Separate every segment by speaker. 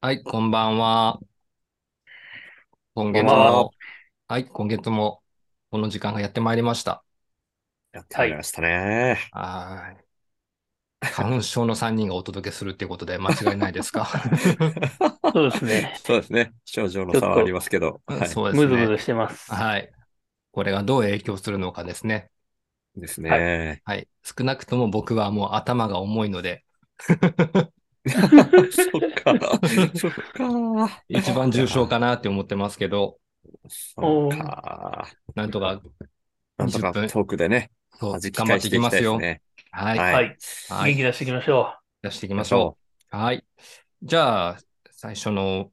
Speaker 1: はい、こんばんは。今月
Speaker 2: こんばんは
Speaker 1: も、はい、今月も、この時間がやってまいりました。
Speaker 2: やってまいりましたね。
Speaker 1: はーい。花粉症の3人がお届けするっていうことで間違いないです か
Speaker 3: そうですね。
Speaker 2: そうですね。症状の差はありますけど。はい。
Speaker 1: そうで
Speaker 3: ム
Speaker 1: す
Speaker 3: ズム
Speaker 1: ね。
Speaker 3: ズしてます。
Speaker 1: はい。これがどう影響するのかですね。
Speaker 2: ですね。
Speaker 1: はい。少なくとも僕はもう頭が重いので、
Speaker 2: そっか。そっか。
Speaker 1: 一番重症かなって思ってますけど、
Speaker 2: そっか。
Speaker 1: なんとか、
Speaker 2: なんとか
Speaker 1: 20分
Speaker 2: トークでね、
Speaker 1: そう
Speaker 2: 弾き
Speaker 1: 頑張
Speaker 2: 返
Speaker 1: って
Speaker 2: し
Speaker 1: いき
Speaker 2: ていき
Speaker 1: ま
Speaker 2: たい
Speaker 1: す
Speaker 2: で
Speaker 1: よ
Speaker 2: す。ね。
Speaker 1: はい。
Speaker 2: はい
Speaker 3: は
Speaker 1: は
Speaker 3: い。
Speaker 1: い。
Speaker 3: 元気出していきましょ
Speaker 1: 出していきましょう。はい。じゃあ、最初の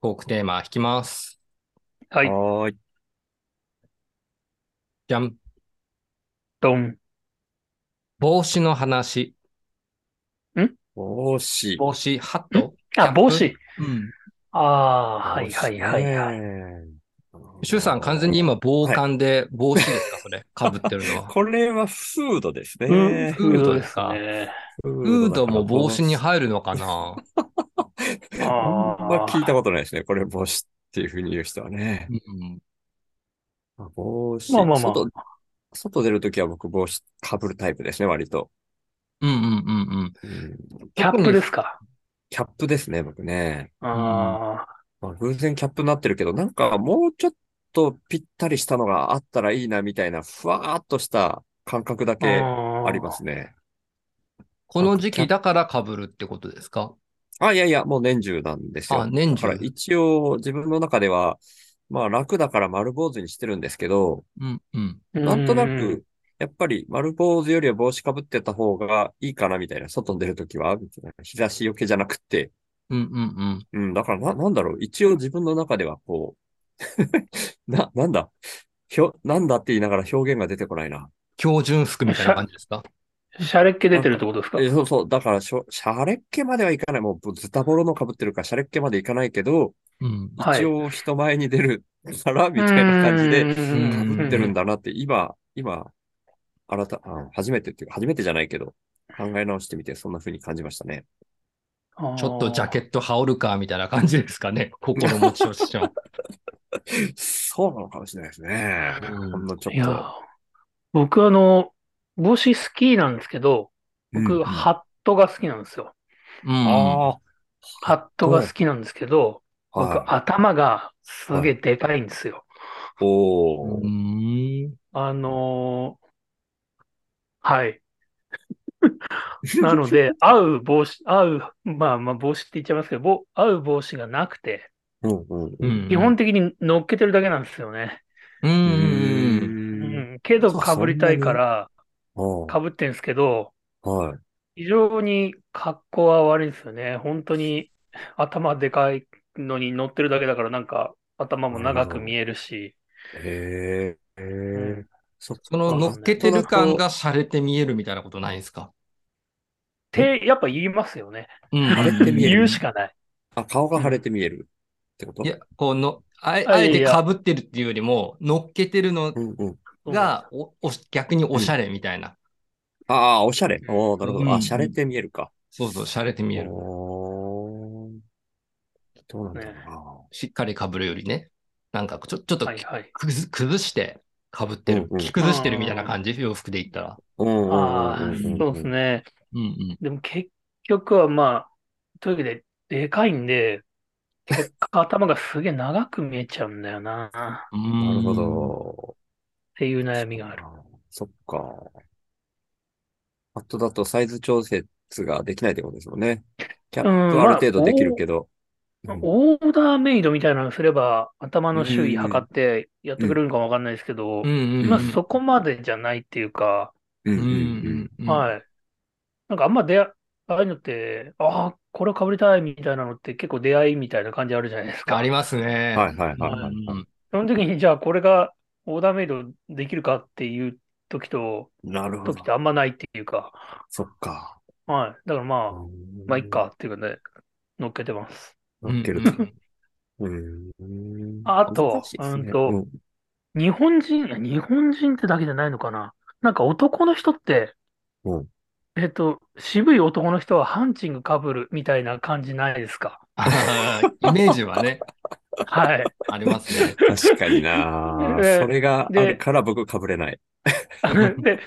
Speaker 1: トークテーマ引きます。
Speaker 3: う。は。
Speaker 2: はいーい。
Speaker 1: じゃん。
Speaker 3: ドン。
Speaker 1: 帽子の話。
Speaker 2: 帽子。
Speaker 1: 帽子、ハットキャッ
Speaker 3: あ、
Speaker 1: プ
Speaker 3: 帽子。
Speaker 1: うん。
Speaker 3: ああー、はいはいはいはい。
Speaker 2: い
Speaker 1: シュウさん、完全に。今、防寒 で帽子ですか、それ。かぶってる のは。
Speaker 2: これはフードです
Speaker 3: うん
Speaker 2: ね。
Speaker 1: フードで
Speaker 3: ですす
Speaker 1: か
Speaker 3: ね。
Speaker 1: フードも帽子に
Speaker 2: 入
Speaker 1: 入るのかな
Speaker 2: る。あ
Speaker 3: あー
Speaker 2: んま聞いたことないですね。これ帽子っていうふうに言う人はね。
Speaker 1: うん。
Speaker 2: まあ帽子、
Speaker 3: まあまあまあ
Speaker 2: 外、外出るときは僕帽子かぶるタイプですね、割と。
Speaker 1: うんうんうんうん。
Speaker 2: うん
Speaker 3: キャップですか。
Speaker 2: キャップですね、僕ね。
Speaker 3: あ
Speaker 2: まあ、偶然キャップになってるけど、なんかもうちょっとぴったりしたのがあったらいいな、みたいな、ふわーっとした感覚だ
Speaker 3: あ。
Speaker 2: け
Speaker 3: あー
Speaker 2: ありますね。
Speaker 1: この時期だからかぶるってことですか
Speaker 2: あ、いやいや、もう年中なんですよ。
Speaker 1: あ、年
Speaker 2: だから
Speaker 1: 中。
Speaker 2: 一応自分の中では、まあ楽だから丸坊主にしてるんですけど、
Speaker 1: うんうん。
Speaker 2: なんとな
Speaker 3: う
Speaker 2: く、やっぱり丸坊主よりは帽子かぶってた方がいいかなみたいな、外に出るときは、みたいな日差しよけじゃなくって、
Speaker 1: うんうん
Speaker 2: うん、だからな、なんだろう、一応自分の中ではこう、 な、なんだ、ひょ、なんだって言いながら表現が出てこないな。
Speaker 1: 標準服みたいな感じですか
Speaker 3: ん。シャレっ気出てるってことですか。
Speaker 2: えそうそう、だからしょ、シャレっ気まではいかない、もうズタボロの被ってるからシャレっ気までいかないけど、
Speaker 1: うん。
Speaker 3: はい
Speaker 2: 一応人前に出るから、みたいな感じで、
Speaker 3: う
Speaker 1: か
Speaker 3: ん
Speaker 2: 被ってるんだなって、今、今、新た、あ初めてっていうか、初めてじゃないけど、考え直してみて、そんな風に感じましたね。
Speaker 1: ちょっとジャケ
Speaker 3: ッ
Speaker 1: ット羽織るか、みたいな感じですか ね。心持ちをしちゃう。
Speaker 2: そうなのかもしれないですね。
Speaker 1: うん
Speaker 2: ほんのちょ
Speaker 3: い
Speaker 2: っ
Speaker 3: や
Speaker 2: と。
Speaker 3: ー、僕あの、帽子好きなんですけど、
Speaker 2: う
Speaker 3: 僕、
Speaker 2: ん
Speaker 3: ハットが好きなんですよ。
Speaker 1: うん。
Speaker 2: あ
Speaker 3: ハットが好きなんですけど、
Speaker 2: あ、はい。
Speaker 3: 僕、頭がすげえでかいんですよ。
Speaker 2: お
Speaker 1: う
Speaker 2: ー
Speaker 1: ー ん。
Speaker 3: あのーはい。なので、合う帽子、合う、まあまあ帽子って言っちゃいますけど、ぼ合う帽子がなくて、
Speaker 2: うんうん
Speaker 1: う
Speaker 2: うんん。
Speaker 3: 基本的に乗っけてるだけなんですよね。
Speaker 1: う
Speaker 2: う。
Speaker 1: ーん。
Speaker 3: うんん。けど、かぶりたいから、
Speaker 2: おー
Speaker 3: かぶってんですけど、
Speaker 2: はい。
Speaker 3: 非常に格好は悪いんですよね。本当に頭でかいのに乗ってるだけだから、なんか頭も長く見えるし、
Speaker 2: へえ。へ
Speaker 3: う
Speaker 2: ーそっか
Speaker 1: その乗っけてる感が洒落て見えるみたいなことないんですか
Speaker 3: って、やっぱ言いますよね。
Speaker 1: うん。
Speaker 2: 晴れて見える
Speaker 3: 言うしかない。
Speaker 2: あ、顔が腫れて見えるってこと
Speaker 1: いや、こうの、あえ
Speaker 3: あ
Speaker 1: あえ
Speaker 3: いやい
Speaker 1: て
Speaker 3: や
Speaker 1: かぶってるっていうよりも、乗っけてるの
Speaker 2: うんうん。
Speaker 1: が、おおし逆におしゃれみたいな。
Speaker 2: ああ、おしゃれ。おーなるほ
Speaker 1: うん
Speaker 2: ど。あ、しゃれて見えるか。
Speaker 1: そうそう、洒落て見える。
Speaker 2: おーどうなんだろうな。
Speaker 1: しっかりかぶるよりね。なんか、ちょちょっと
Speaker 3: はいはい。
Speaker 1: くず崩してかぶってる
Speaker 2: うん。うん
Speaker 1: 着崩してるみたいな感じ、洋服で言ったら。
Speaker 2: うんうん
Speaker 3: ああ、
Speaker 2: うんうん
Speaker 3: そうですね。
Speaker 1: うんうん。
Speaker 3: でも結局はまあ、というわけで、でかいんで、結果頭がすげえ長く見えちゃうんだよな、っ
Speaker 1: うーん
Speaker 2: なるほ。ど。
Speaker 3: ていう悩みがある。
Speaker 2: そっか。あとだとサイズ調節ができないってことですよね。キャッ
Speaker 3: うん
Speaker 2: プ
Speaker 3: ま
Speaker 2: あ
Speaker 3: あ
Speaker 2: る程度できるけど。うん
Speaker 3: オーダーメイドみたいなのすれば、頭の周囲測ってやってくれるのかわかんないですけど
Speaker 1: う、んうんうん。
Speaker 3: まあそこまでじゃないっていうか、
Speaker 2: うん
Speaker 1: うんうんうん。
Speaker 3: はい。なんかあんま出会い、ああいうのって、ああ、これ被りたいみたいなのって結構出会いみたいな感じあるじゃないですか。
Speaker 1: ありますね。
Speaker 2: はいはいはいはい。
Speaker 1: うん
Speaker 3: その時に、じゃあこれがオーダーメイドできるかっていう時と、
Speaker 2: なるほど
Speaker 3: 時っ。てあんまないっていうか、
Speaker 2: そっか。
Speaker 3: はい。だからまあ、
Speaker 2: うん
Speaker 3: まあ、いっ。かっていうかね、乗っけてます。
Speaker 2: 乗っける
Speaker 1: うんうん
Speaker 2: と。うん
Speaker 3: あと
Speaker 2: 難しいですね
Speaker 3: うんと
Speaker 2: うん
Speaker 3: 日本人、日本人ってだけじゃないのかな。なんか男の人って
Speaker 2: うん、
Speaker 3: えっと、渋い男の人はハンチングかぶるみたいな感じないですか。
Speaker 1: あーイメージはね、
Speaker 3: はい。
Speaker 1: ありますね。
Speaker 2: 確かにな
Speaker 3: ね
Speaker 2: それがあるから僕被れない。
Speaker 3: で、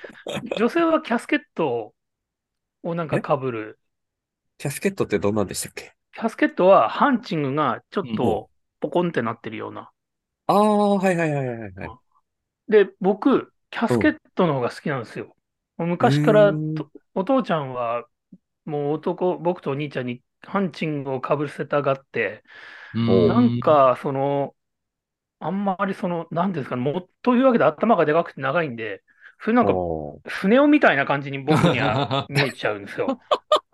Speaker 3: 女性はキャスケットをなんか被る。
Speaker 2: キャスケットってどんなんでしたっけ
Speaker 3: キャスケットはハンチングがちょっとポコンってなってるような。
Speaker 2: ああ、はいはいはいはいはい。
Speaker 3: で、僕、キャスケットの方が好きなんですよ。もう昔から
Speaker 2: うーん
Speaker 3: とお父ちゃんはもう男、僕とお兄ちゃんにハンチングを被せたがって、
Speaker 2: うん
Speaker 3: なん、かその、あんまりその、なんていうんですかね、もうというわけで頭がでかくて長いんで、それなんか
Speaker 2: お
Speaker 3: 船尾みたいな感じに僕に は 見えちゃうんですよ。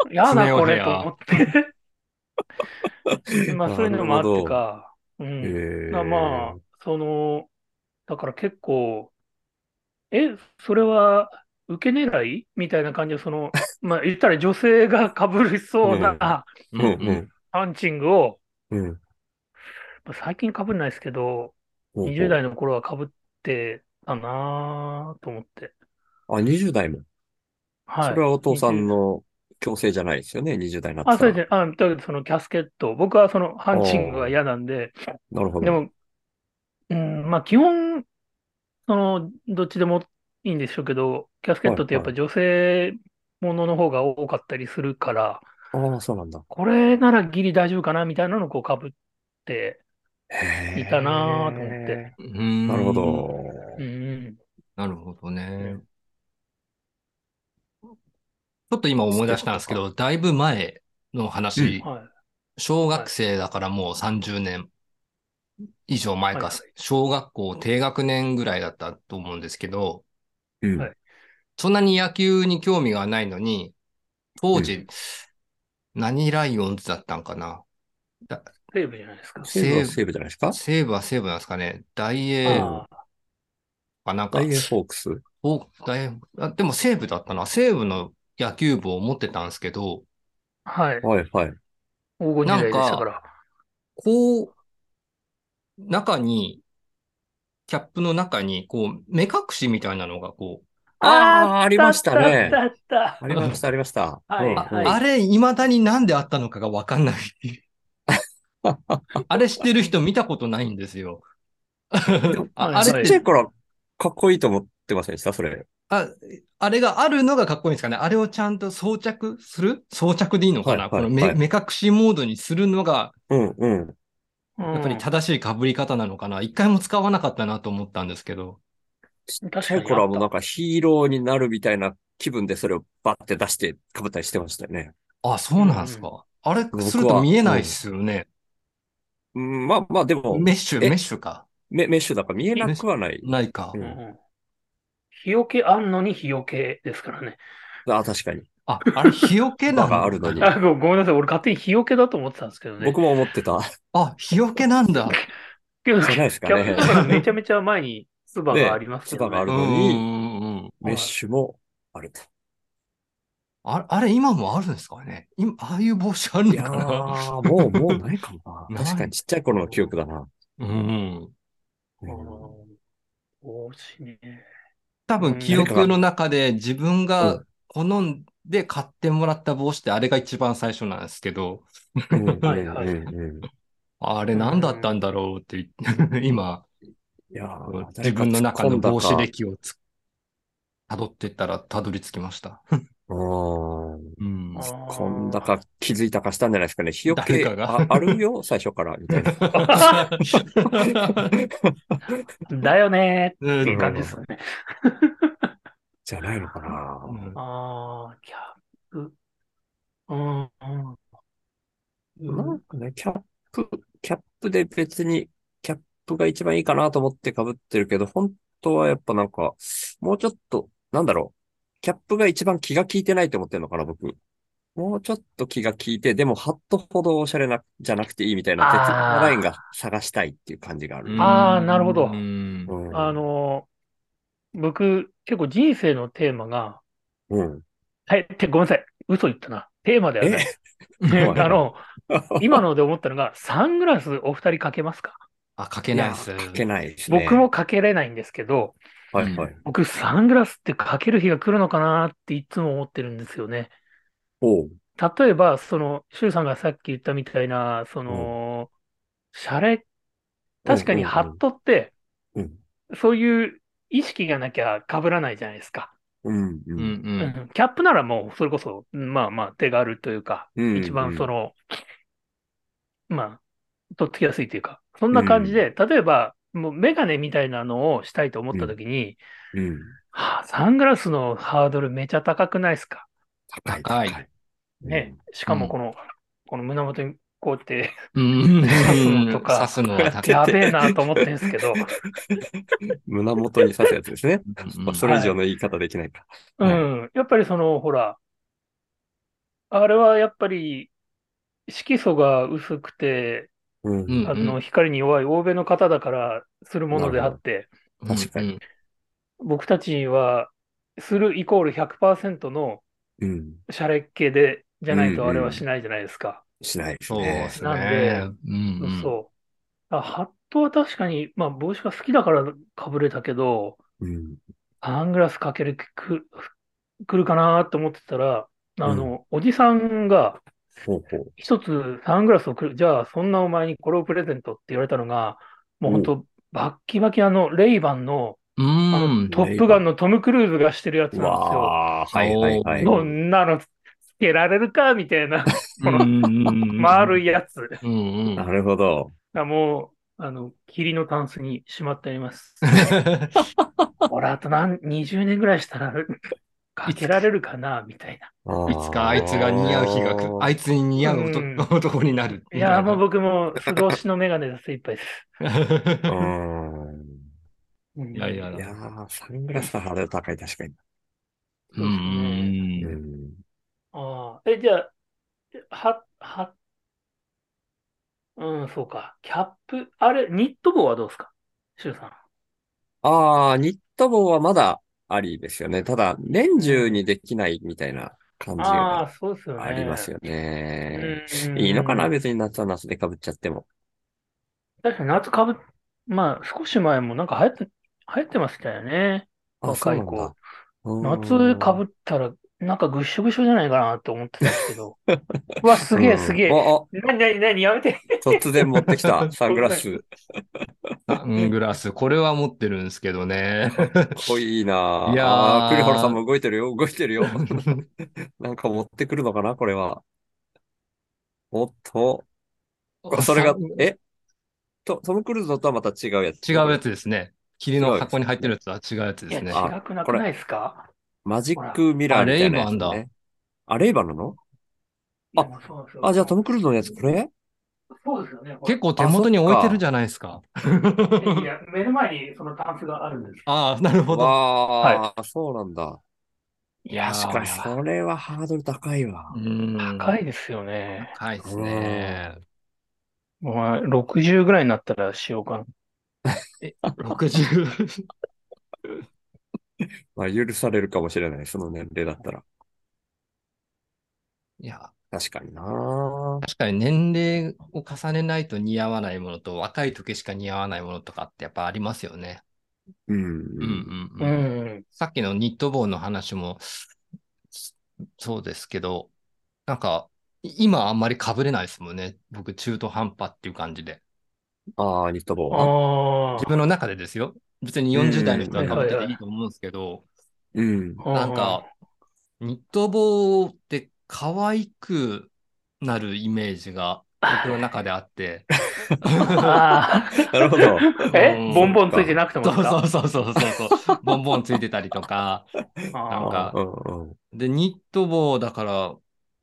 Speaker 3: やだ、これと思って。 まあ、そういうのもあってか。う
Speaker 2: ー
Speaker 3: ん。
Speaker 2: へ
Speaker 3: まあ
Speaker 2: ー
Speaker 3: まあ、その、だから結構、え、それは受け狙いみたいな感じで、そ の、まあ言ったら女性が被りそう
Speaker 2: うん
Speaker 3: な
Speaker 1: うん
Speaker 2: うん
Speaker 1: うん。
Speaker 3: パンチングを、
Speaker 2: うんうん。
Speaker 3: まあ最近被んないですけど、
Speaker 2: ほうほう
Speaker 3: 20代の頃は被ってたなぁと思って。
Speaker 2: あ、20代も。
Speaker 3: はい。
Speaker 2: それはお父さんの強制じゃないですよね、20代になって
Speaker 3: あ、
Speaker 2: か
Speaker 3: そ
Speaker 2: ら
Speaker 3: うですね。あ、だけどそのキャスケット、僕はそのハンチングが嫌なんで、
Speaker 2: なるほど。
Speaker 3: でも、うん、まあ基本、その、どっちでもいいんでしょうけど、キャスケットってやっぱ
Speaker 2: は
Speaker 3: 女性ものの方が多かったりするから、
Speaker 2: ああ、そうなんだ。
Speaker 3: これならギリ大丈夫かなみたいなのをこう被って、
Speaker 2: へー
Speaker 3: いたなーと思って。
Speaker 1: うん
Speaker 2: なるほ。ど。
Speaker 3: うん、
Speaker 1: なるほどね。ちょっと今思い出したんですけど、だいぶ前の話、
Speaker 3: はい。
Speaker 1: 小学生だからもう30年以上前
Speaker 3: は
Speaker 1: か
Speaker 3: い、
Speaker 1: 小学校低学年ぐらいだったと思うんですけど、
Speaker 2: うん。
Speaker 3: はい
Speaker 1: そんなに野球に興味がないのに、当時、
Speaker 2: う
Speaker 1: 何ライオンズだったんかな
Speaker 3: セーブじゃないですか。
Speaker 2: 西武は西武じゃないですか
Speaker 1: 西武は西武なんですかね大英
Speaker 3: ああ
Speaker 1: かなんか
Speaker 2: ダイエーホークス。
Speaker 1: お大英あでも西武だったな。西武の野球部を持ってたんですけど、
Speaker 3: はい。
Speaker 2: はいはい。
Speaker 3: 黄金時代でしたから。
Speaker 1: こう、中に、キャップの中に、こう、目隠しみたいなのが、こう、
Speaker 2: あ
Speaker 3: あ
Speaker 2: あ、ありました
Speaker 3: あ
Speaker 2: ね
Speaker 3: っ。たあったあった
Speaker 2: ありました、ありました。
Speaker 3: はい
Speaker 2: うんうん
Speaker 3: はい
Speaker 1: あれ、未だになんであったのかがわかんない。 あれしてる人見たことないんですよ。ああ
Speaker 3: はい
Speaker 2: ち
Speaker 1: れ
Speaker 2: っちゃい頃、かっこいいと思ってませんでしたそれ。
Speaker 1: あ、あれがあるのがかっこいいんですかね。あれをちゃんと装着する装着でいいのかな、
Speaker 2: はいはい
Speaker 1: この目,、
Speaker 2: はい
Speaker 1: 目隠しモードにするのが、
Speaker 2: うんうん。
Speaker 3: うん
Speaker 1: やっぱり正しい被り方なのかな。一回も使わなかったなと思ったんですけど。
Speaker 2: ちっちゃい頃はもうなんかヒーローになるみたいな気分でそれをバッて出して被ったりしてましたよね。
Speaker 1: あ、そうなんですか。あれ
Speaker 2: 僕は
Speaker 1: すると見えないっすよね。
Speaker 2: うん、まあまあでも、
Speaker 1: メッシュ、
Speaker 2: え
Speaker 1: メッシュか。
Speaker 2: メメッシュだから見えなくはない。
Speaker 1: ないか。
Speaker 2: うん
Speaker 3: うん日よけあんのに日よけですからね。
Speaker 2: あ、確かに。
Speaker 1: あ、あれ日よけな
Speaker 2: バカあ
Speaker 1: ん
Speaker 2: るのに
Speaker 1: だ。
Speaker 3: あごごめんなさい、俺勝手に日よけだと思ってたんですけどね。
Speaker 2: 僕も思ってた。じ
Speaker 1: あ、日よけなんだ。
Speaker 3: けど
Speaker 2: ゃないです
Speaker 3: キ
Speaker 2: か
Speaker 3: ャッ
Speaker 2: ね
Speaker 3: プ。とかめちゃめちゃ前にツバがありますけど
Speaker 2: ねツバがあ
Speaker 1: う
Speaker 2: る
Speaker 1: ん
Speaker 2: の
Speaker 1: う
Speaker 2: に
Speaker 1: んうんうん。
Speaker 2: メッシュもあると。
Speaker 1: ああれ、今もあるんですかね今、ああいう帽子あるの
Speaker 2: いや
Speaker 1: かな
Speaker 2: ー、もう、もうないかもな。
Speaker 1: ない
Speaker 2: 確かにちっちゃい頃の記憶だな。
Speaker 1: うん。
Speaker 2: うん
Speaker 3: 帽子ね。
Speaker 1: 多
Speaker 3: う
Speaker 1: 分、
Speaker 3: ん
Speaker 1: 記憶の中で自分
Speaker 2: う
Speaker 1: が好んで買ってもらった帽子ってあれが一番最初なんですけど、
Speaker 2: うんうん
Speaker 3: はいはい
Speaker 2: うんうん
Speaker 1: あれ何だったんだろうって言って、 今、
Speaker 2: いやー
Speaker 1: 自分の中の帽子。
Speaker 2: 誰か突っ
Speaker 1: 歴をつ辿ってったら辿り着きました。
Speaker 2: 込んだか
Speaker 1: うん
Speaker 3: あ。
Speaker 2: うんこんだか気づいたかしたんじゃないですかね。日よ
Speaker 1: 誰
Speaker 2: け
Speaker 1: かが
Speaker 2: ああるよ、最初から、みたい な。
Speaker 3: だよね
Speaker 1: うん
Speaker 3: ーっていう感じですよね。
Speaker 2: じゃないのかな
Speaker 1: う。ん
Speaker 3: あー、キャップ。うん、うん。
Speaker 2: なんかね、キャップ、キャップで別に、キャップが一番いいかなと思って被ってるけど、本当はやっぱなんか、もうちょっと、なんだろう。キャップが一番気が利いてないと思ってるのかな、僕。もうちょっと気が利いて、でもハットほどおしゃれな、じゃなくていいみたいな、鉄
Speaker 3: あー
Speaker 2: ラインが探したいっていう感じがある。
Speaker 3: あーなるほど
Speaker 1: うん
Speaker 2: うん
Speaker 3: あ、のー、僕、結構人生のテーマが、
Speaker 2: うん。
Speaker 3: はい、て、ごめんなさい。嘘言ったな。テーマではない。
Speaker 2: え
Speaker 3: あの、今ので思ったのが、サングラスお二人かけますか
Speaker 1: あ、かけない
Speaker 2: や
Speaker 1: っす。
Speaker 2: かけないですね。
Speaker 3: 僕もかけれないんですけど、
Speaker 2: はいはい。
Speaker 3: 僕、サングラスってかける日が来るのかなっていつも思ってるんですよね。
Speaker 2: おう。
Speaker 3: 例えば、その、シュウさんがさっき言ったみたいな、その、シャレ、確かにハットって、
Speaker 2: うん
Speaker 3: そういう意識がなきゃ被らないじゃないですか。
Speaker 2: うんう
Speaker 1: うん
Speaker 2: ん
Speaker 3: うんキャップならもう、それこそ、まあまあ、手軽というか、
Speaker 2: うん。
Speaker 3: 一番そ
Speaker 2: の、
Speaker 3: の、まあ、とっつきやすいというか、そんな感じで、例えば、もうメガネみたいなのをしたいと思ったときに、
Speaker 2: うん。
Speaker 3: はあサングラスのハードルめちゃ高くないですか
Speaker 2: 高い。
Speaker 1: 高い
Speaker 3: ね。しかもこの、この胸元にこうやって、
Speaker 1: うん。
Speaker 3: 刺すのとか
Speaker 1: 刺すのは高い
Speaker 3: やべえなと思ってるんですけど、
Speaker 2: 胸元に刺すやつですね。
Speaker 1: うん
Speaker 2: まあそれ以上の言い方できないか。
Speaker 3: う
Speaker 2: はい
Speaker 3: ん、やっぱりその、ほら、あれはやっぱり、色素が薄くて、
Speaker 2: うん。
Speaker 1: うん
Speaker 3: あの、光に弱い欧米の方だからするものであって、
Speaker 2: 確かに。
Speaker 3: 僕たちは、するイコール100%の
Speaker 2: うん。
Speaker 3: シャレっ気で、じゃない
Speaker 2: うんう
Speaker 3: と
Speaker 2: ん
Speaker 3: あれはしないじゃないですか。
Speaker 2: しないです
Speaker 1: そうで
Speaker 2: ね。
Speaker 1: す
Speaker 3: なん
Speaker 1: ね
Speaker 3: で。
Speaker 1: うんうん
Speaker 3: そう。あハットは確かに、まあ帽子が好きだからかぶれたけど、
Speaker 2: うん。
Speaker 3: サングラスかけるく、くるかなと思ってたら、あの、おじさんが
Speaker 2: ほうほう。
Speaker 3: 一つサングラスをくる、じゃあそんなお前にこれをプレゼントって言われたのが、もう本当バッキバキあの、レイバンの、
Speaker 1: う
Speaker 3: あの
Speaker 1: ん。
Speaker 3: トップガンのトム・クルーズがしてるやつなんですよ。
Speaker 2: わあ、はいはいはい。
Speaker 3: こんなのつけられるかみたいな、この丸
Speaker 1: 丸
Speaker 3: い
Speaker 1: い。
Speaker 3: やつ
Speaker 1: うんうん
Speaker 2: なるほど。
Speaker 3: がもう、あの、霧のタンスにしまってあります。俺、あと何、20年ぐらいしたら、かけられるかなみたいな。
Speaker 1: いつかあいつが似合う日が来る。あいつに似合う男,、
Speaker 3: うん
Speaker 1: 男になる。
Speaker 3: いやー、もう僕も素通しのメガネで精一杯です。
Speaker 2: う
Speaker 1: い
Speaker 2: ん。
Speaker 3: うん
Speaker 1: やいや。
Speaker 2: いやー、サングラスのハードル高い、確かに。
Speaker 1: う。
Speaker 2: うんん。
Speaker 3: ああ、え、じゃあ、は、は、うん、そうか。キャップ、あれ、ニット帽はどうですかシュウさん。
Speaker 2: ああ、ニット帽はまだありですよね。ただ、年中にできないみたいな感じ
Speaker 3: ああ、
Speaker 2: が
Speaker 3: そうですよね。
Speaker 2: ありますよね。
Speaker 3: うん
Speaker 2: いいのかな別に夏は夏で被っちゃっても。
Speaker 3: 確かに夏かぶ、まあ少し前もなんか流行って、流行ってましたよね。
Speaker 2: あ、
Speaker 3: 若い
Speaker 2: そうなんだ。
Speaker 3: 夏かぶ
Speaker 2: っ
Speaker 3: ったら、なんかぐっしょぐしょじゃないかなと思ってたんですけど。うわ、すげえすげえ。
Speaker 2: あ、あ
Speaker 3: なになになにやめて。
Speaker 2: 突然持ってきた。サングラス。
Speaker 1: サングラス、これは持ってるんですけどね。
Speaker 2: 濃いなぁ。
Speaker 1: いやー
Speaker 2: あー栗原さんも動いてるよ、動いてるよ。 なんか持ってくるのかな、これは。おっと、それが、えと、トム・クルーズのとはまた違うやつ。
Speaker 1: 違うやつですね。霧の箱に入ってるやつは違うやつ
Speaker 3: い
Speaker 1: で
Speaker 3: や、
Speaker 1: すね。
Speaker 3: 違くなくないですか
Speaker 2: マジックミラーみたいなやつ、ね。
Speaker 1: あレイバン
Speaker 2: あ、レイバンなの
Speaker 3: い
Speaker 2: あ
Speaker 3: やもうそうですよ
Speaker 2: あ、じゃあトム・クルーズのやつ、これ
Speaker 3: そうですよね。これ
Speaker 1: 結構手元に置いてるじゃないですか。
Speaker 3: いや、目の前にそのタンスがあるんです。
Speaker 1: ああ、なるほど。
Speaker 2: わあ、そうなんだ。
Speaker 1: いやー
Speaker 2: 確かに、それはハードル高いわ。
Speaker 1: うん
Speaker 3: 高いですよね。
Speaker 1: 高いですね。
Speaker 3: お前、60ぐらいになったらしようかな。
Speaker 1: 60。
Speaker 2: まあ、許されるかもしれない、その年齢だったら。
Speaker 1: いや、
Speaker 2: 確かになぁ。
Speaker 1: 確かに年齢を重ねないと似合わないものと、若い時しか似合わないものとかってやっぱありますよね。
Speaker 2: う
Speaker 1: うん
Speaker 2: ん。
Speaker 1: うんう
Speaker 3: う
Speaker 1: ん。
Speaker 3: ん。
Speaker 1: さっきのニット帽の話も、そそうですけど、なんか、い今あんまり被れないですもんね。僕、中途半端っていう感じで。
Speaker 2: ああ、ニット帽は。
Speaker 3: あ
Speaker 1: 自分の中でですよ。別に40代の人は被って
Speaker 3: うんはいはいは
Speaker 1: てい
Speaker 3: い
Speaker 1: いと思うんですけど、
Speaker 2: うん。
Speaker 3: あ。
Speaker 1: なんか、ニット帽って可愛くなるイメージが僕の中であ って。
Speaker 3: あ
Speaker 2: なるほど。
Speaker 3: あ。 え
Speaker 1: うん
Speaker 3: ボンボンついてなくても
Speaker 1: そ
Speaker 3: ですか
Speaker 1: うそうそうそうそうそう。ボンボンついてたりとか。
Speaker 3: あ
Speaker 1: なん
Speaker 3: ー
Speaker 1: か
Speaker 2: うんうん
Speaker 1: で、ニット帽だから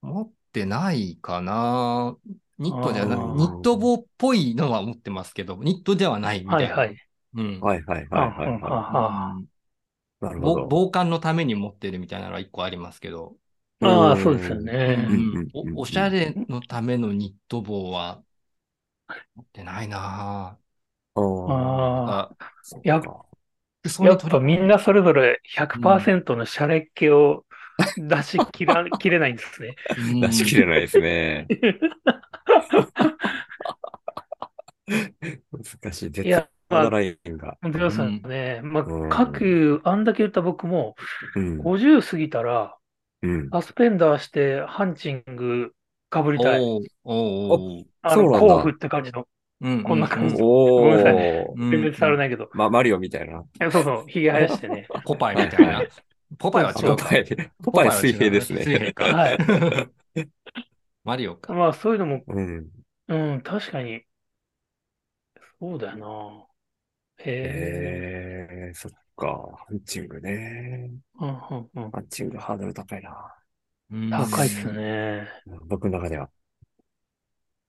Speaker 1: 持ってないかな。ニットじゃない、
Speaker 3: あー
Speaker 1: ニット帽っぽいのは持ってますけど、ニットではないみた
Speaker 3: はいい
Speaker 1: な。
Speaker 3: はい。
Speaker 1: うん。
Speaker 2: はいはいはいはい
Speaker 3: うんうん
Speaker 2: は
Speaker 3: あ
Speaker 2: い。ないるほ
Speaker 1: ぼ
Speaker 2: ど。
Speaker 1: 防寒のために持ってるみたいなのは一個ありますけど、
Speaker 3: あああ、そうですよ
Speaker 1: う
Speaker 3: ね。
Speaker 1: ん
Speaker 2: うんうんうん
Speaker 1: おおしゃれのためのニット帽は持ってないな
Speaker 2: うん。あ
Speaker 1: ぁ。
Speaker 3: ああ。
Speaker 1: あ
Speaker 2: ー
Speaker 3: や
Speaker 2: そっか
Speaker 1: そ
Speaker 3: や
Speaker 1: れ
Speaker 3: っ
Speaker 1: と
Speaker 3: ぱみんなそれぞれ100%のシャレっ気を出し切ら、切れないんですね。
Speaker 2: 出し切れないですね。難しい。
Speaker 3: い
Speaker 2: 絶
Speaker 3: や、
Speaker 2: 対
Speaker 3: ま
Speaker 2: の
Speaker 3: あ、
Speaker 2: ラインが。
Speaker 3: 本当皆さんね、まあ
Speaker 2: うん、
Speaker 3: 各、あんだけ言った僕も、
Speaker 2: うん。
Speaker 3: 50過ぎたら、
Speaker 2: うん。
Speaker 3: サスペンダーしてハンチングかぶりたい。
Speaker 1: おーおーおー
Speaker 3: あ
Speaker 2: そう
Speaker 3: の、
Speaker 2: なんだ
Speaker 3: 甲府って感じの。
Speaker 1: うん
Speaker 3: こんな感じ
Speaker 2: お
Speaker 3: ごめんなさい
Speaker 2: ー。
Speaker 1: うん
Speaker 3: 全然伝わらないけど。
Speaker 2: ま、マリオみたいな。
Speaker 3: えそうそう、ひげ生やしてね。
Speaker 1: ポパイみたいな。ポパイは違
Speaker 2: ポ
Speaker 1: うか。
Speaker 2: パイ、ポパイ水平です
Speaker 1: ポパイは違う水
Speaker 2: ね。
Speaker 1: 平か。
Speaker 3: はい。
Speaker 1: マリオか。
Speaker 3: まあ、そういうのも、
Speaker 2: うん。
Speaker 3: うん、確かに。そうだよな。へえ。
Speaker 2: えー、そっか。ハンチングね。
Speaker 3: うんうんうん
Speaker 2: ハンチングハードル高いな。
Speaker 1: うん
Speaker 3: 高いっす。ね。
Speaker 2: 僕の中では。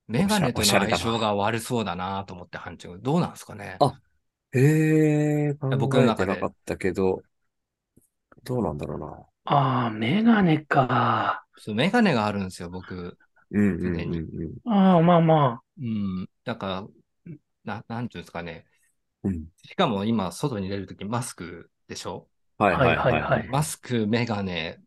Speaker 1: メガネと
Speaker 2: お
Speaker 1: の
Speaker 2: しゃれだ
Speaker 1: 相
Speaker 2: な
Speaker 1: 性が悪そうだなと思って、ハンチング。どうなんですかね。
Speaker 2: あえー、
Speaker 1: 僕の
Speaker 2: 考え
Speaker 1: 中
Speaker 2: て
Speaker 1: で
Speaker 2: なかったけど、どうなんだろ
Speaker 3: ああ、メガネか。
Speaker 1: そうメガネがあるんですよ、僕。
Speaker 2: うな。うんうんうん
Speaker 1: 常
Speaker 2: う
Speaker 1: に
Speaker 2: ん。
Speaker 3: ああ、まあま
Speaker 1: うん。だから、ななんていうんですかね。
Speaker 2: うん
Speaker 1: しかも今、外に出るときマスクでしょ
Speaker 2: はい
Speaker 3: は
Speaker 2: はいい
Speaker 3: は
Speaker 2: はいい
Speaker 3: は
Speaker 2: はいい。
Speaker 1: マスク、メガネ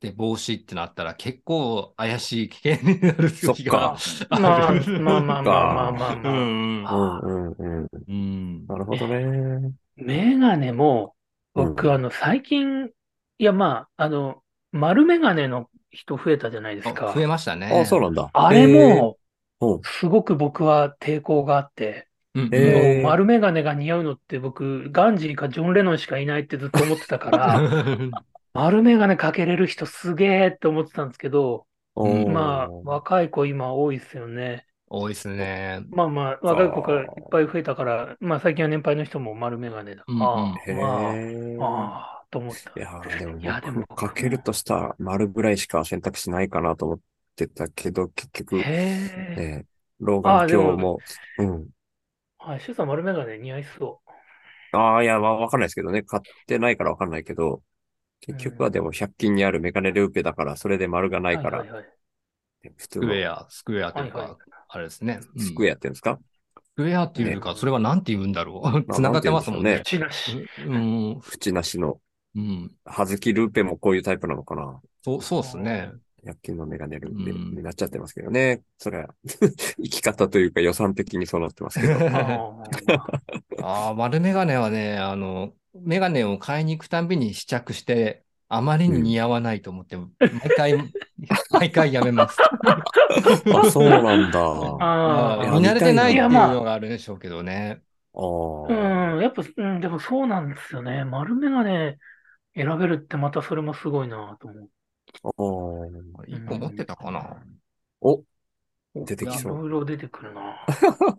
Speaker 1: で帽子ってなったら結構怪しい危険になる
Speaker 2: そっ
Speaker 1: 時が
Speaker 2: か。
Speaker 3: あ。まあ、まあまあまあまあまあ
Speaker 1: う
Speaker 3: まあ。
Speaker 1: ん
Speaker 2: う。んうんうん。
Speaker 1: うん。
Speaker 2: なるほどね。
Speaker 3: メガネも、
Speaker 2: う
Speaker 3: 僕、あの、最近、いや、まあ、あの、丸メガネの人増えたじゃないですか
Speaker 1: あ。増えましたね。
Speaker 2: あ、そうなんだ。
Speaker 3: あれも、
Speaker 2: えー、うん。
Speaker 3: すごく僕は抵抗があって、
Speaker 1: うん。
Speaker 2: えー
Speaker 3: もう丸メガネが似合うのって僕、ガンジーかジョン・レノンしかいないってずっと思ってた から、丸メガネかけれる人すげーって思ってたんですけど、
Speaker 1: うん
Speaker 2: おー
Speaker 3: まあ、若い子今多いですよね。
Speaker 1: 多いですね。
Speaker 3: まあまあ、若い子がいっぱい増えたから、まあ最近は年配の人も丸メガネだ。
Speaker 1: うんうん
Speaker 3: ああ、
Speaker 2: へ
Speaker 3: ま
Speaker 2: え。
Speaker 3: あ、ああ、と思った
Speaker 2: い。やーでも
Speaker 3: いやでも
Speaker 2: 僕かけるとしたら丸ぐらいしか選択肢ないかなと思ってたけど、結局、
Speaker 3: へ
Speaker 2: ね
Speaker 3: え。
Speaker 2: え、老
Speaker 3: あー
Speaker 2: 眼
Speaker 3: でも
Speaker 2: 鏡も、うん。
Speaker 3: はい、シュウさん丸メガネ似合いそ
Speaker 2: ああ、いや、わ、わかんないですけどね。買ってないからわかんないけど、結局
Speaker 3: う
Speaker 2: は
Speaker 3: ん
Speaker 2: でも100均にあるメガネルーペだから、それで丸が
Speaker 3: う。
Speaker 2: ないか
Speaker 3: は
Speaker 2: ら
Speaker 3: い、はいはい
Speaker 2: 普
Speaker 1: ス
Speaker 2: 通
Speaker 1: ク
Speaker 2: の
Speaker 1: エア、スクエアという
Speaker 3: はいは
Speaker 1: か、あれですね。うん
Speaker 2: スクエアって言うんですか
Speaker 1: スクエアっていうか、それはなんて言うんだろう。
Speaker 2: あ
Speaker 1: 繋がってますもんね。
Speaker 3: 口なし。
Speaker 1: うん。
Speaker 2: 縁なしの、
Speaker 1: うん。
Speaker 2: はずきルーペもこういうタイプなのかな
Speaker 1: そう、そうですね。
Speaker 2: 100均のメガネルーペ
Speaker 1: うん
Speaker 2: になっちゃってますけどね。それは、 生き方というか予算的にそうなってますけど。
Speaker 3: あ あ
Speaker 1: ああ、丸メガネはね、あの、メガネを買いに行くたんびに試着して、あまりに似合わないと思って、毎回、 毎回やめます。
Speaker 2: あ、そうなんだ。あ
Speaker 3: あ
Speaker 1: ま
Speaker 3: あ
Speaker 1: あ見慣れてないっていうのがあるでしょうけどね。
Speaker 2: あ。
Speaker 3: うん、やっぱ、うん、でもそうなんですよね。丸メガネ選べるってまたそれもすごいなと思う。
Speaker 2: あー
Speaker 1: 一個持ってたかな。
Speaker 2: お、出てき
Speaker 3: い
Speaker 2: そう。
Speaker 3: ろいろ出てく るな。
Speaker 1: い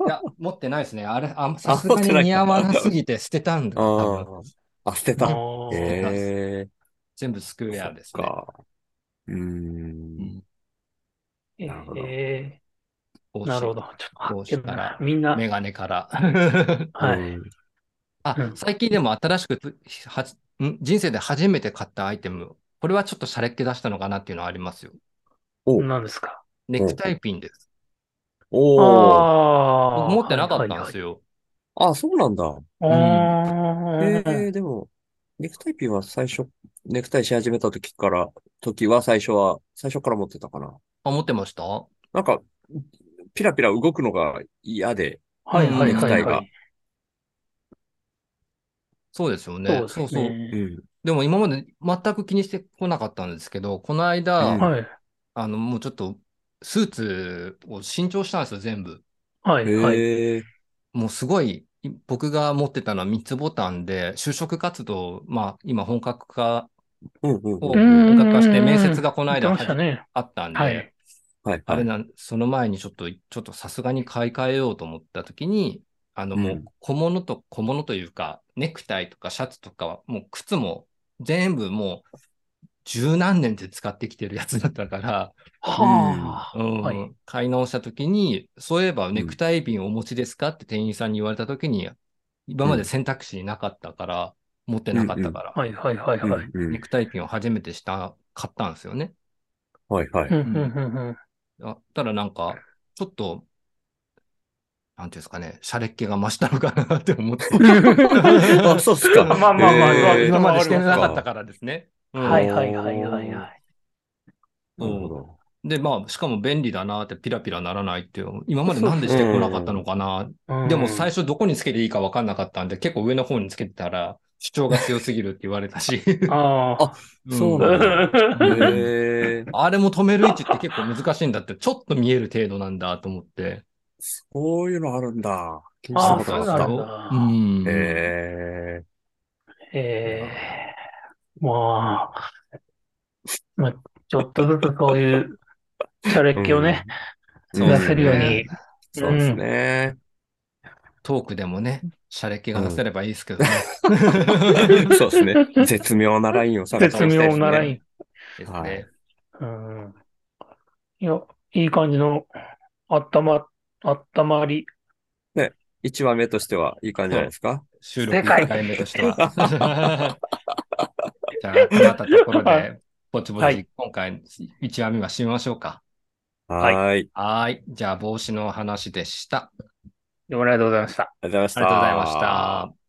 Speaker 1: や、持ってないですね。あれ、あさすがに似合わなすぎて捨てたんだ。
Speaker 2: あ
Speaker 1: 多
Speaker 2: ー
Speaker 1: 分
Speaker 2: あ、捨て
Speaker 3: あ
Speaker 2: た。
Speaker 3: ー
Speaker 2: え
Speaker 1: 全部スク
Speaker 2: え
Speaker 1: エ
Speaker 2: ー、
Speaker 1: ア
Speaker 2: そっ
Speaker 1: ですね。
Speaker 2: か。うーん。
Speaker 3: え
Speaker 2: なるほど
Speaker 3: えーなるほど。ちょっと
Speaker 1: 帽子から
Speaker 3: みんな、
Speaker 1: メガネから。
Speaker 3: は
Speaker 2: う
Speaker 3: い。
Speaker 2: ん
Speaker 1: あ
Speaker 3: うん、
Speaker 1: 最近でも新しくつはじん人生で初めて買ったアイテム。これはちょっと洒落っ気出したのかなっていうのはありますよ。
Speaker 2: お
Speaker 3: 何ですか。
Speaker 1: ネクタイピンです。
Speaker 2: おー。
Speaker 3: ああ、
Speaker 1: 僕持ってなかったんですよ。
Speaker 2: あ、そうなんだ。
Speaker 3: はいはいはい。あー
Speaker 2: ええでも、ネクタイピンは最初、ネクタイし始めた時から、時は最初は、最初から持ってたかな。
Speaker 1: あ、持ってましたは
Speaker 2: なんか、ピラピラ動くのが嫌で、
Speaker 3: はいはいはい
Speaker 2: ネクタイ
Speaker 3: は
Speaker 2: が
Speaker 3: い。
Speaker 1: そうですよね。
Speaker 3: そう
Speaker 1: そう
Speaker 3: です
Speaker 1: そう。
Speaker 3: ね。
Speaker 2: うん。
Speaker 1: でも今まで全く気にしてこなかったんですけど、この
Speaker 2: う
Speaker 1: 間
Speaker 2: ん、
Speaker 3: はい
Speaker 1: あの、もうちょっと、スーツを新調したんですよ、全部。
Speaker 3: はいはい。
Speaker 2: へえ、
Speaker 1: もうすごい、い僕が持ってたのは3つボタンで、就職活動、まあ、今本格化
Speaker 2: うんうん
Speaker 1: を、
Speaker 2: うんう
Speaker 1: 本
Speaker 2: ん。
Speaker 1: 格化して、面接がこの
Speaker 3: 言って
Speaker 1: 間
Speaker 3: ましたね。
Speaker 1: あったんで、
Speaker 3: はい
Speaker 2: はい
Speaker 1: あれ
Speaker 2: はい。
Speaker 1: なん、その前にちょっと、ちょっとさすがに買い替えようと思った時に、あの、
Speaker 2: うん
Speaker 1: もう小物と小物というか、ネクタイとかシャツとかは、もう靴も全部もう、十何年で使ってきてるやつだったから、
Speaker 3: はあ。
Speaker 1: うん
Speaker 3: はい
Speaker 1: 買い直したときに、そういえばネクタイピンお持ちですかって店員さんに言われたときに、今まで選択肢になかったから、持ってなかったから、
Speaker 3: はいはいはい
Speaker 2: うん
Speaker 3: はい。
Speaker 2: うん
Speaker 1: ネクタイピンを初めてした、買ったんですよね。
Speaker 2: はいはい
Speaker 3: うん。うんうんうん。
Speaker 1: あただなんか、ちょっと、なんていうんですかね、シャレっ気が増したのかなって思って。
Speaker 2: あ、そうっすか。
Speaker 3: まあまあまあ
Speaker 2: へえ
Speaker 1: 今までしてなかったからですね。うん
Speaker 3: はいはいはいはいはい。
Speaker 2: なるほど。
Speaker 1: で、まあ、しかも便利だなって、ピラピラならないっていう、今までなんでしてこなかったのかなでも最
Speaker 3: 初、
Speaker 1: 初どこにつけていいか分かんなかったんで、結構上の方につけてたら、主張が強すぎるって言われたし。
Speaker 3: ああ。
Speaker 1: ん
Speaker 2: そうなんだへえ、
Speaker 1: あれも止める位置って結構難しいんだって、ちょっと見える程度なんだと思って。
Speaker 2: そういうのあるんだ。気にした
Speaker 3: あ
Speaker 2: こ
Speaker 3: ー
Speaker 2: と
Speaker 3: そう
Speaker 2: な
Speaker 3: な
Speaker 2: か
Speaker 3: ん
Speaker 2: っ
Speaker 3: だ
Speaker 2: た。
Speaker 1: うん。
Speaker 2: へえ
Speaker 3: ええまあ、まあ、ちょっとずつそういう、シャレっ気をね、
Speaker 2: うん
Speaker 3: 出せるように、
Speaker 2: そうですね。
Speaker 1: トークでもね、シャレ気が出せればいいですけどね。
Speaker 2: そうですね。絶妙なラインを探して
Speaker 3: 絶妙なライン。
Speaker 1: です
Speaker 2: は
Speaker 1: ね
Speaker 2: い。
Speaker 3: うん。いや、いい感じの、あったま、あったまり。
Speaker 2: 1話目としてはいい感じじゃないですか。
Speaker 1: 収録
Speaker 3: 世界
Speaker 1: 1回目としては。 じゃあ、こうなったところ
Speaker 3: は
Speaker 1: で、ぼちぼち、
Speaker 3: はい
Speaker 1: 今回1話目は締めましょうか。
Speaker 2: はーい。あり
Speaker 1: はーい。じゃあ、帽子の話でした。
Speaker 3: どうもありがとうございました。
Speaker 2: がとうございまし
Speaker 1: あ
Speaker 2: た。
Speaker 1: りがとうございました。